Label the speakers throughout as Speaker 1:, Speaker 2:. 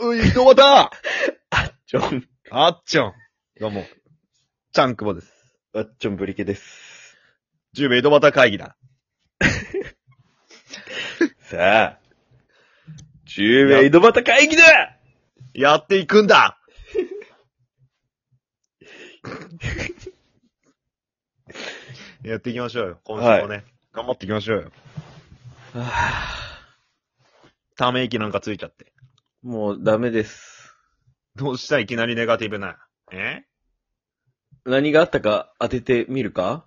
Speaker 1: うい、どうだ
Speaker 2: あっちょん、
Speaker 1: あっちょん。どうも。ちゃんくぼです。
Speaker 2: あっちょんぶりけです。
Speaker 1: 十兵衛井戸端会議だ。
Speaker 2: さあ、中米井戸端会議だ
Speaker 1: やっていくんだ やっていきましょうよ。今週もね、頑張っていきましょうよ。 ため息なんかついちゃって。
Speaker 2: もうダメです。
Speaker 1: どうしたいきなりネガティブな。え
Speaker 2: 何があったか当ててみるか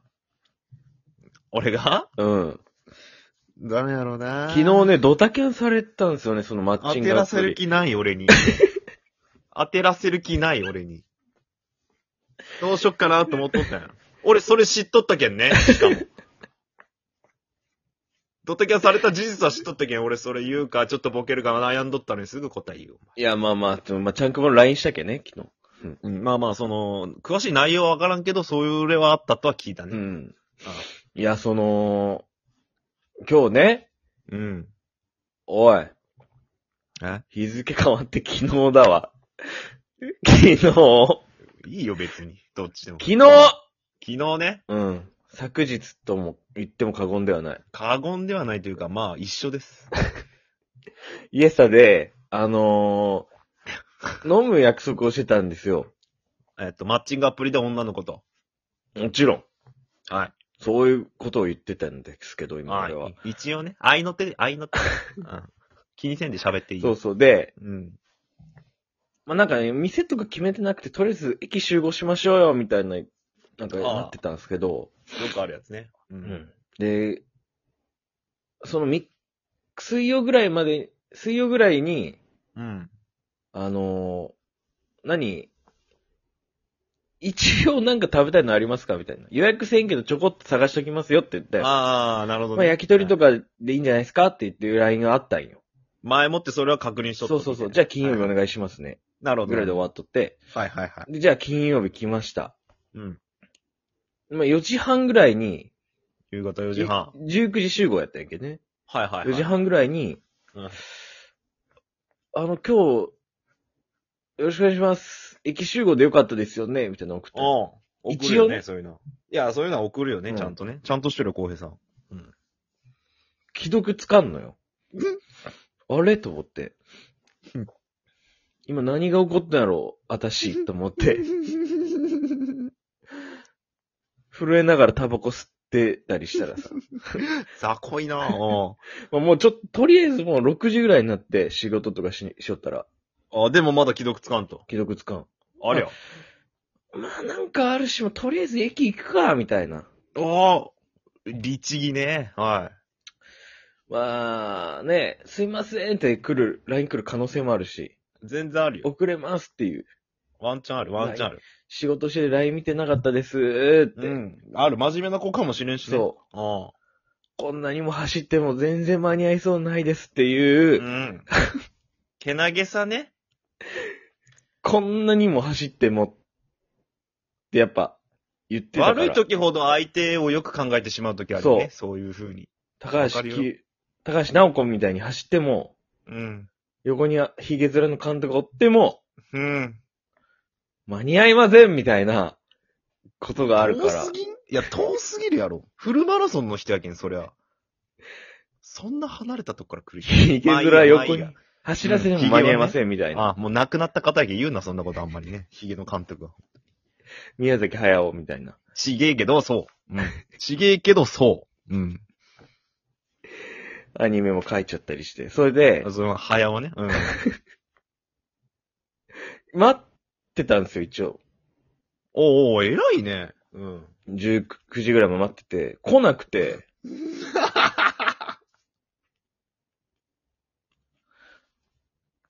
Speaker 1: 俺が
Speaker 2: うん。
Speaker 1: ダメやろうな
Speaker 2: 昨日。ね、ドタキャンされたんですよね、そのマッ
Speaker 1: 当
Speaker 2: チン
Speaker 1: て
Speaker 2: グア
Speaker 1: ら
Speaker 2: プ
Speaker 1: せる
Speaker 2: リ。
Speaker 1: 気ない俺 に。当てらせる気ない俺に。どうしよっかなと思っとったんや。俺それ知っとったけんね、しかも。ドタキャンされた事実は知っとったけん、俺それ言うか、ちょっとボケるか悩んどったのにすぐ答え言う。
Speaker 2: いや、まあまあ、ちょまあ、ちゃんくぼの LINE したっけね、昨
Speaker 1: うん、まあまあ、その、詳しい内容はわからんけど、そういうはあったとは聞いた
Speaker 2: 日。う
Speaker 1: ね。
Speaker 2: ん。いや、その、今日ね、
Speaker 1: うん。
Speaker 2: おい。
Speaker 1: え
Speaker 2: 日付変わって昨日だわ。 昨日昨
Speaker 1: いいよ、別に。どっちでも。
Speaker 2: 日
Speaker 1: 昨日ね、
Speaker 2: うん。昨日とも言っても過言ではない。
Speaker 1: 過言ではないというか、まあ、一緒です。
Speaker 2: イエスタで、あの ー、飲む約束をしてたんですよ。
Speaker 1: えっと、マッチングアプリで女の子と。
Speaker 2: もちろん。
Speaker 1: はい。
Speaker 2: そういうことを言ってたんですけど、今
Speaker 1: は
Speaker 2: 俺は。
Speaker 1: い。一応ね、愛の手で、愛の 手で、うん気にせんで喋っていい。
Speaker 2: そうそう。で、
Speaker 1: うん。
Speaker 2: まあ、なんかね、店とか決めてなくて、とりあえず駅集合しましょうよ、みたいな、なんか
Speaker 1: ああ
Speaker 2: なってたんですけど、
Speaker 1: よくあるやつね。う
Speaker 2: う。ん。で、そのみ、水曜ぐらいまで、水曜ぐらいに、
Speaker 1: うん。
Speaker 2: あのー何一応なんか食べたいのありますかみたいな。予約せんけどちょこっと探しときますよって言って、
Speaker 1: ああ、なるほど、ね。
Speaker 2: まあ、焼き鳥と
Speaker 1: か。
Speaker 2: かでいいんじゃないですかって言っていう LINE があったんよ。
Speaker 1: 前もってそれは確認しとった
Speaker 2: そうそうそう。じゃあ金曜日お願いしますね。
Speaker 1: なるほど。
Speaker 2: ぐらいで終わっとって。
Speaker 1: はいはいはい。
Speaker 2: で、じゃあ金曜日来ました。
Speaker 1: うん。
Speaker 2: まあ、4時半ぐらいに、
Speaker 1: 夕方4時半。
Speaker 2: 19時集合やったんやけどね。
Speaker 1: はいはい、はい。
Speaker 2: 4時。半ぐらいに、
Speaker 1: うん
Speaker 2: あの、今日、よろしくお願いします。駅集合でよかったですよねみたいなの送って。
Speaker 1: うん。送る
Speaker 2: 一応
Speaker 1: よね、
Speaker 2: ね
Speaker 1: そういうの。いや、そういうのは送るよね、
Speaker 2: うん
Speaker 1: ちゃんとね。ちゃんとしてるよ、浩平さ ん。
Speaker 2: 既読つかんのよ。あれと思って
Speaker 1: うん。
Speaker 2: 今何が起こったんやろ私、と思って。震えながらタバコ吸ってたりした らさ。
Speaker 1: 雑魚いなぁ。
Speaker 2: まあもうちょっと、とりあえずもう6時ぐらいになって仕事とかしにしよったら、
Speaker 1: あ、でもまだ既読つかんと。
Speaker 2: 既読つかん。
Speaker 1: あれよ。
Speaker 2: まあなんかあるし、もうとりあえず駅行くか、みたいな。
Speaker 1: ああ、律儀ね。は
Speaker 2: まあね、すいませんって来る、LINE 来る可能性もあるし、
Speaker 1: い。全然あるよ。
Speaker 2: 遅れますっていう。
Speaker 1: ワンチャンある、ワンチャンある。
Speaker 2: 仕事して LINE 見てなかったですーって。
Speaker 1: うん。ある、真面目な子かもしれんしね。
Speaker 2: そ
Speaker 1: う。
Speaker 2: う。こんなにも走っても全然間に合いそうないですっていう、
Speaker 1: うん。 けなげさね。
Speaker 2: こんなにも走っても、ってやっぱ、言ってたから。
Speaker 1: 悪い時ほど相手をよく考えてしまう時あるよね。そういう風に。
Speaker 2: 高
Speaker 1: わか
Speaker 2: 橋
Speaker 1: るよ
Speaker 2: き、高橋直子みたいに走っても、
Speaker 1: うん。
Speaker 2: 横にヒゲ面の監督がおっても、
Speaker 1: うん。
Speaker 2: 間に合いませんみたいな、ことがあるか
Speaker 1: 遠
Speaker 2: ら
Speaker 1: す。ぎんいや、遠すぎるやろ。フルマラソンの人やけん、そりゃ。そんな離れたとこから来る人。
Speaker 2: ヒゲ面横に
Speaker 1: まあいいやまあいい
Speaker 2: 走らせても間に合いませんみたいな。
Speaker 1: やあ、もう亡くなった方やけん言うな、そんなことあんまりね。ヒゲの監督は。
Speaker 2: 宮崎駿みたいな。
Speaker 1: ちげえけど、そう。うん。ちげえけど、そう。うん。
Speaker 2: アニメも書いちゃったりして。それで、
Speaker 1: その、早はね。 うん。
Speaker 2: 待ってたんですよ、一応。
Speaker 1: おうおう、偉いね。うん。
Speaker 2: 19時ぐらいも待ってて、来なくて、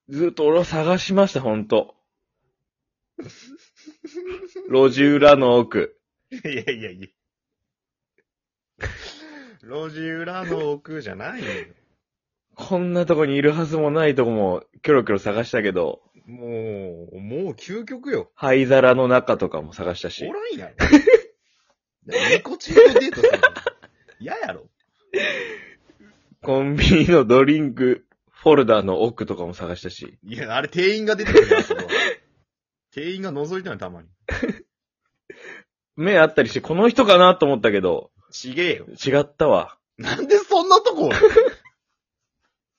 Speaker 2: ずっと俺を探しました、ほんと。路地裏の奥。
Speaker 1: いやいやいや。路地裏の奥じゃないよ。
Speaker 2: こんなとこにいるはずもないとこも、キョロキョロ探したけど、
Speaker 1: もう、もう究極よ。
Speaker 2: 灰皿の中とかも探したし
Speaker 1: お、らんやろ。ニコチンとデートするの嫌やろ。
Speaker 2: コンビニのドリンク、フォルダーの奥とかも探したし。
Speaker 1: いや、あれ店員が出てくるやつ。そこは店員が覗いたのよ、たまに。
Speaker 2: 目あったりして、この人かなと思ったけど、
Speaker 1: ちげえよ。
Speaker 2: 違ったわ。
Speaker 1: なんでそんなとこ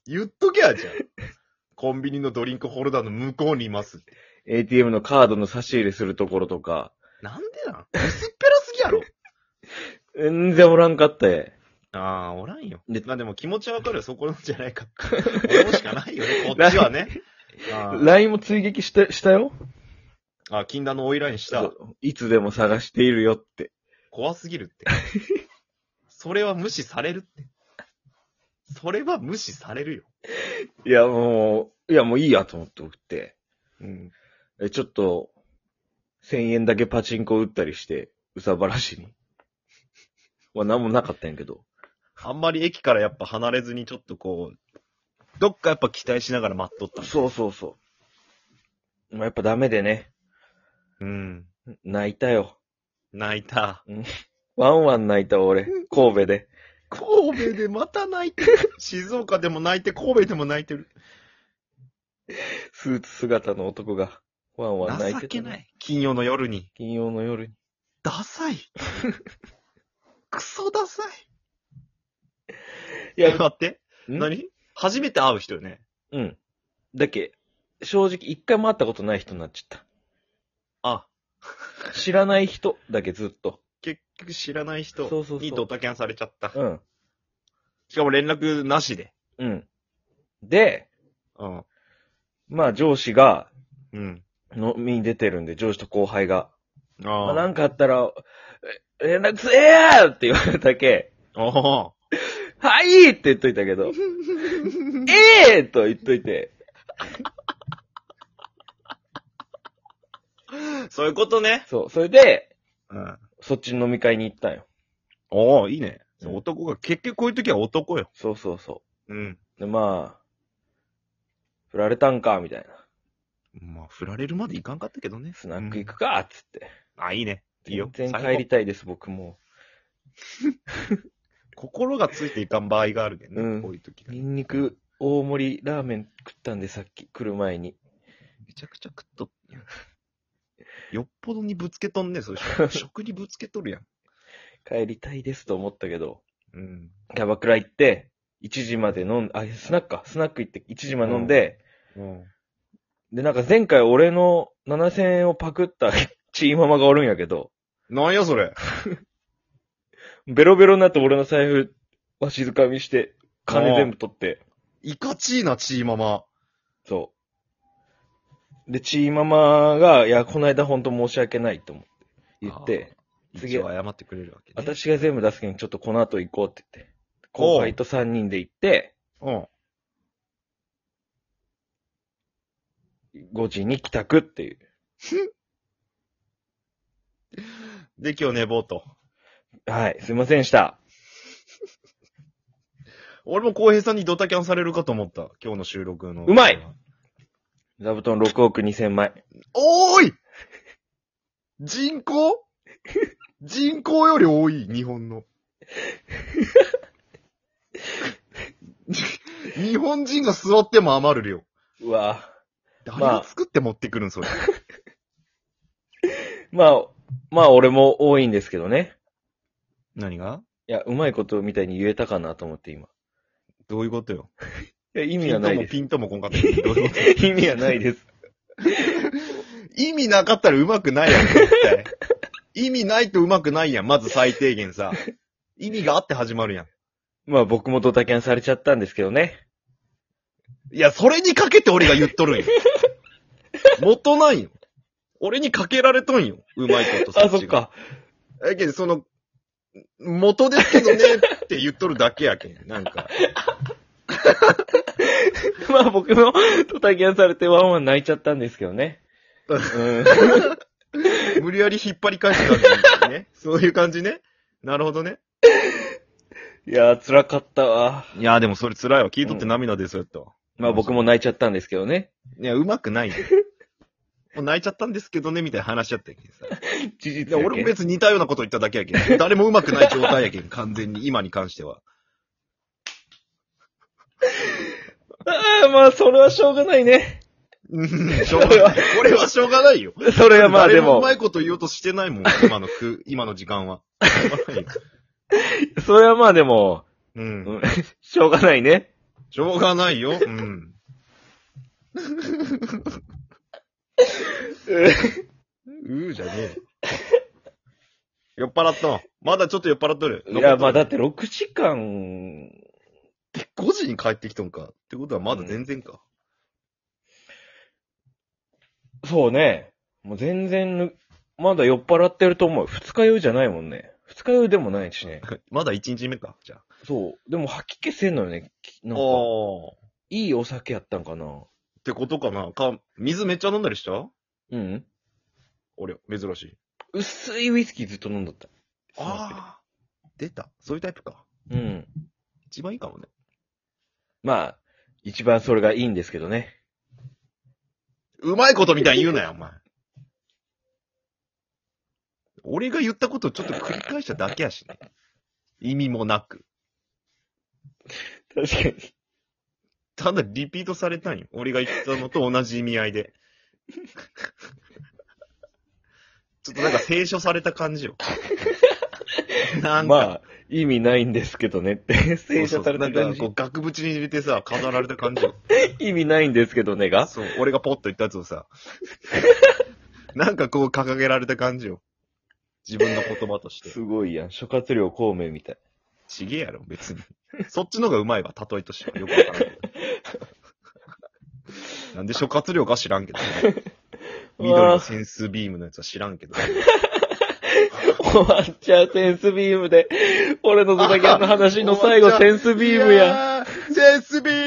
Speaker 1: 言っとけや、じゃん。コンビニのドリンクホルダーの向こうにいますって。
Speaker 2: ATM のカードの差し入れするところとか、
Speaker 1: なんでなん薄っぺらすぎやろ。
Speaker 2: 全然おらんかったえ。
Speaker 1: ああ、おらんよ。
Speaker 2: で
Speaker 1: まあでも気持ちはわかるよ。そこなんじゃない か。俺もしかないよね、こっちは ね。あー
Speaker 2: LINE も追撃した、したよ
Speaker 1: あー、禁断のオイラインした。
Speaker 2: いつでも探しているよって。
Speaker 1: 怖すぎるって。それは無視されるって。それは無視されるよ。
Speaker 2: いや、もう、いや、もういいやと思って送って。
Speaker 1: うん。
Speaker 2: えちょっと、1000円だけパチンコ打ったりして、うさばらしに。まあ、なんもなかったんやけど。
Speaker 1: あんまり駅からやっぱ離れずにちょっとこう、どっかやっぱ期待しながら待っとった。
Speaker 2: そうそうそう。まあ、やっぱダメでね。
Speaker 1: うん。
Speaker 2: 泣いたよ。
Speaker 1: 泣いた。
Speaker 2: ワンワン泣いた俺。神戸で。
Speaker 1: 神戸でまた泣いてる。静岡でも泣いて、神戸でも泣いてる。
Speaker 2: スーツ姿の男が、ワンワン泣
Speaker 1: 情
Speaker 2: いてたね
Speaker 1: けない。金曜の夜に。
Speaker 2: 金曜の夜に。
Speaker 1: ダサ い。クソダサい。
Speaker 2: い
Speaker 1: いや、待って。
Speaker 2: ん
Speaker 1: 何初めて会う人よね。
Speaker 2: うん。だっけ、正直一回も会ったことない人になっちゃっ
Speaker 1: あ、
Speaker 2: た。知らない人だけずっと。
Speaker 1: 結局知らない人
Speaker 2: そうそうそう
Speaker 1: にドタキャンされちゃった。
Speaker 2: うん。
Speaker 1: しかも連絡なしで。
Speaker 2: うん。で、
Speaker 1: うん。
Speaker 2: まあ上司が
Speaker 1: うん。
Speaker 2: 飲みに出てるんで、上司と後輩が。まあ
Speaker 1: あ
Speaker 2: なんかあったら、え連絡せえやって言われただけ、
Speaker 1: あ。お
Speaker 2: はいって言っといたけど、
Speaker 1: ー
Speaker 2: ええと言っといて、
Speaker 1: そういうことね。
Speaker 2: そう。それで、
Speaker 1: うん。
Speaker 2: そっちの飲み会に行ったんよ。
Speaker 1: おおいいね。
Speaker 2: うん
Speaker 1: 男が、結局こういう時は男よ。
Speaker 2: そうそうそ
Speaker 1: うん。
Speaker 2: う。で、まあ、振られたんか、みたいな。
Speaker 1: まあ、振られるまでいかんかったけどね。
Speaker 2: スナック行くか、つって。
Speaker 1: あ、いいね。いいよ
Speaker 2: 全。然
Speaker 1: 最
Speaker 2: 帰
Speaker 1: 高
Speaker 2: りたいです、僕も。
Speaker 1: 心がついていかん場合があるけどね、
Speaker 2: うん
Speaker 1: こういう時が
Speaker 2: ニンニク大盛りラーメン食ったんで、さっき来る前に。
Speaker 1: めちゃくちゃ食っとっよっぽどにぶつけとんね、それ。食食 にぶつけとるやん。
Speaker 2: 帰りたいですと思ったけど、
Speaker 1: うん。
Speaker 2: キャバクラ行って、1時まで飲ん、あ、スナックか、スナック行って1時まで飲んで、
Speaker 1: うん。
Speaker 2: で、なんか前回俺の7000円をパクった チーママがおるんやけど、
Speaker 1: なんやそれ。
Speaker 2: ベロベロになって俺の財布、わしづかみして、金全部取って、
Speaker 1: いかちいな、チーママ。
Speaker 2: そう。で、チーママが、いや、この間ほんと申し訳ないと思って、言って、次
Speaker 1: 次は謝ってくれるわけ、ね。
Speaker 2: 私が全部出すけど、ちょっとこの後行こうって言って。後輩と3人で行って、
Speaker 1: うん。
Speaker 2: 5時に帰宅っていう。
Speaker 1: で、今日寝坊と。
Speaker 2: はい、すいませんでした。
Speaker 1: 俺も浩平さんにドタキャンされるかと思った。今日の収録の。
Speaker 2: うまい座布団6億2000枚。
Speaker 1: おーい人口人口より多い、日本 の。日本人が座っても余る量。
Speaker 2: うわ
Speaker 1: 誰が作って持ってくるん、それ。
Speaker 2: まあ、まあ俺も多いんですけどね。
Speaker 1: 何が
Speaker 2: いや、うまいことみたいに言えたかなと思って今。
Speaker 1: どういうことよ。
Speaker 2: いや、意
Speaker 1: ピ
Speaker 2: 味は
Speaker 1: ン
Speaker 2: な
Speaker 1: と
Speaker 2: い
Speaker 1: も
Speaker 2: です。
Speaker 1: ピンともこんかったけどどういうこ
Speaker 2: 意味はないです。
Speaker 1: と。意味なかったらうまくないやん、絶対。意味ないとうまくないやん、まず最低限さ。意味があって始まるやん。
Speaker 2: まあ僕もドタキャンされちゃったんですけどね。
Speaker 1: いや、それにかけて俺が言っとるんよ。元ないよ。俺にかけられとんよ。うまいこと
Speaker 2: あ、
Speaker 1: っ
Speaker 2: そ
Speaker 1: ち
Speaker 2: っ
Speaker 1: が。
Speaker 2: か。
Speaker 1: え、けど、その、元ですけどねって言っとるだけやけん。なんか。
Speaker 2: まあ僕もドタキャンされてワンワン泣いちゃったんですけど ね。うん。
Speaker 1: 無理やり引っ張り返した感じね。そういう感じね。なるほどね。
Speaker 2: いや、辛かったわ。
Speaker 1: いや、でもそれ辛いわ。聞いとって涙出そうやったわ。
Speaker 2: まあ僕も泣いちゃったんですけどね。
Speaker 1: いや、うまく ないよ。もう泣いちゃったんですけどね、みたいな話しちゃったやけんさ。
Speaker 2: 事
Speaker 1: い
Speaker 2: 実
Speaker 1: や、
Speaker 2: やけ
Speaker 1: 俺も別に似たようなこと言っただけやけ ん。誰もうまくない状態やけん、 完全に、今に関しては。
Speaker 2: ああ、はまあ、それはしょうがないね。
Speaker 1: うんしょうがない。これはしょうがないよ。
Speaker 2: それはまあで
Speaker 1: 誰もう
Speaker 2: も
Speaker 1: ま、いこと言おうとしてないもん、今のく、今の時間は。
Speaker 2: それはまあでも、
Speaker 1: うん。
Speaker 2: しょうがないね。
Speaker 1: しょうがないよ。 うん。うーじゃねえ。酔っ払ったの。まだちょっと酔っ払っとる。
Speaker 2: いや、まあだ
Speaker 1: だ
Speaker 2: って6時間、
Speaker 1: 5時に帰ってきとんか。ってことはまだ全然か。
Speaker 2: そうね。もう全然ぬ、まだ酔っ払ってると思う。二日酔いじゃないもんね。二日酔いでもないしね。
Speaker 1: まだ1日目か、じゃあ。
Speaker 2: そう。でも吐き気せんのよね。きなんか、
Speaker 1: おー。っ
Speaker 2: いいお酒やったんかな。
Speaker 1: てことかな。か、水めっちゃ飲んだりした
Speaker 2: うん。
Speaker 1: 俺、珍しい。
Speaker 2: 薄いウイスキーずっと飲んだった。
Speaker 1: あー。出た。そういうタイプか。
Speaker 2: うん。
Speaker 1: 一番いいかもね。
Speaker 2: まあ、一番それがいいんですけどね。
Speaker 1: うまいことみたいに言うなよ、お前。俺が言ったことをちょっと繰り返しただけやしね。意味もなく。
Speaker 2: 確かに。
Speaker 1: ただリピートされたんよ。俺が言ったのと同じ意味合いで。 ちょっとなんか清書された感じよ。なんか、
Speaker 2: まあ、意味ないんですけどねって。
Speaker 1: そう
Speaker 2: 聖
Speaker 1: そう
Speaker 2: 書された
Speaker 1: な
Speaker 2: 感
Speaker 1: んか
Speaker 2: じ
Speaker 1: こ。う額縁に入れてさ、飾られた感じよ。
Speaker 2: 意味ないんですけどねが。
Speaker 1: そう、俺がポッと言ったやつを さ、なんかこう掲げられた感じよ。自分の言葉として。
Speaker 2: すごいやん。諸葛亮孔明みたい。
Speaker 1: ちげえやろ、別に。そっちの方がうまいわ、例えとしては。よくわからん けど。なんで諸葛亮か知ら んけど、ね。緑のセンスビームのやつは知らんけど。
Speaker 2: 終わっちゃう、センスビームで。俺のドタキャンの話の最後、センスビームや。
Speaker 1: いやー。センスビー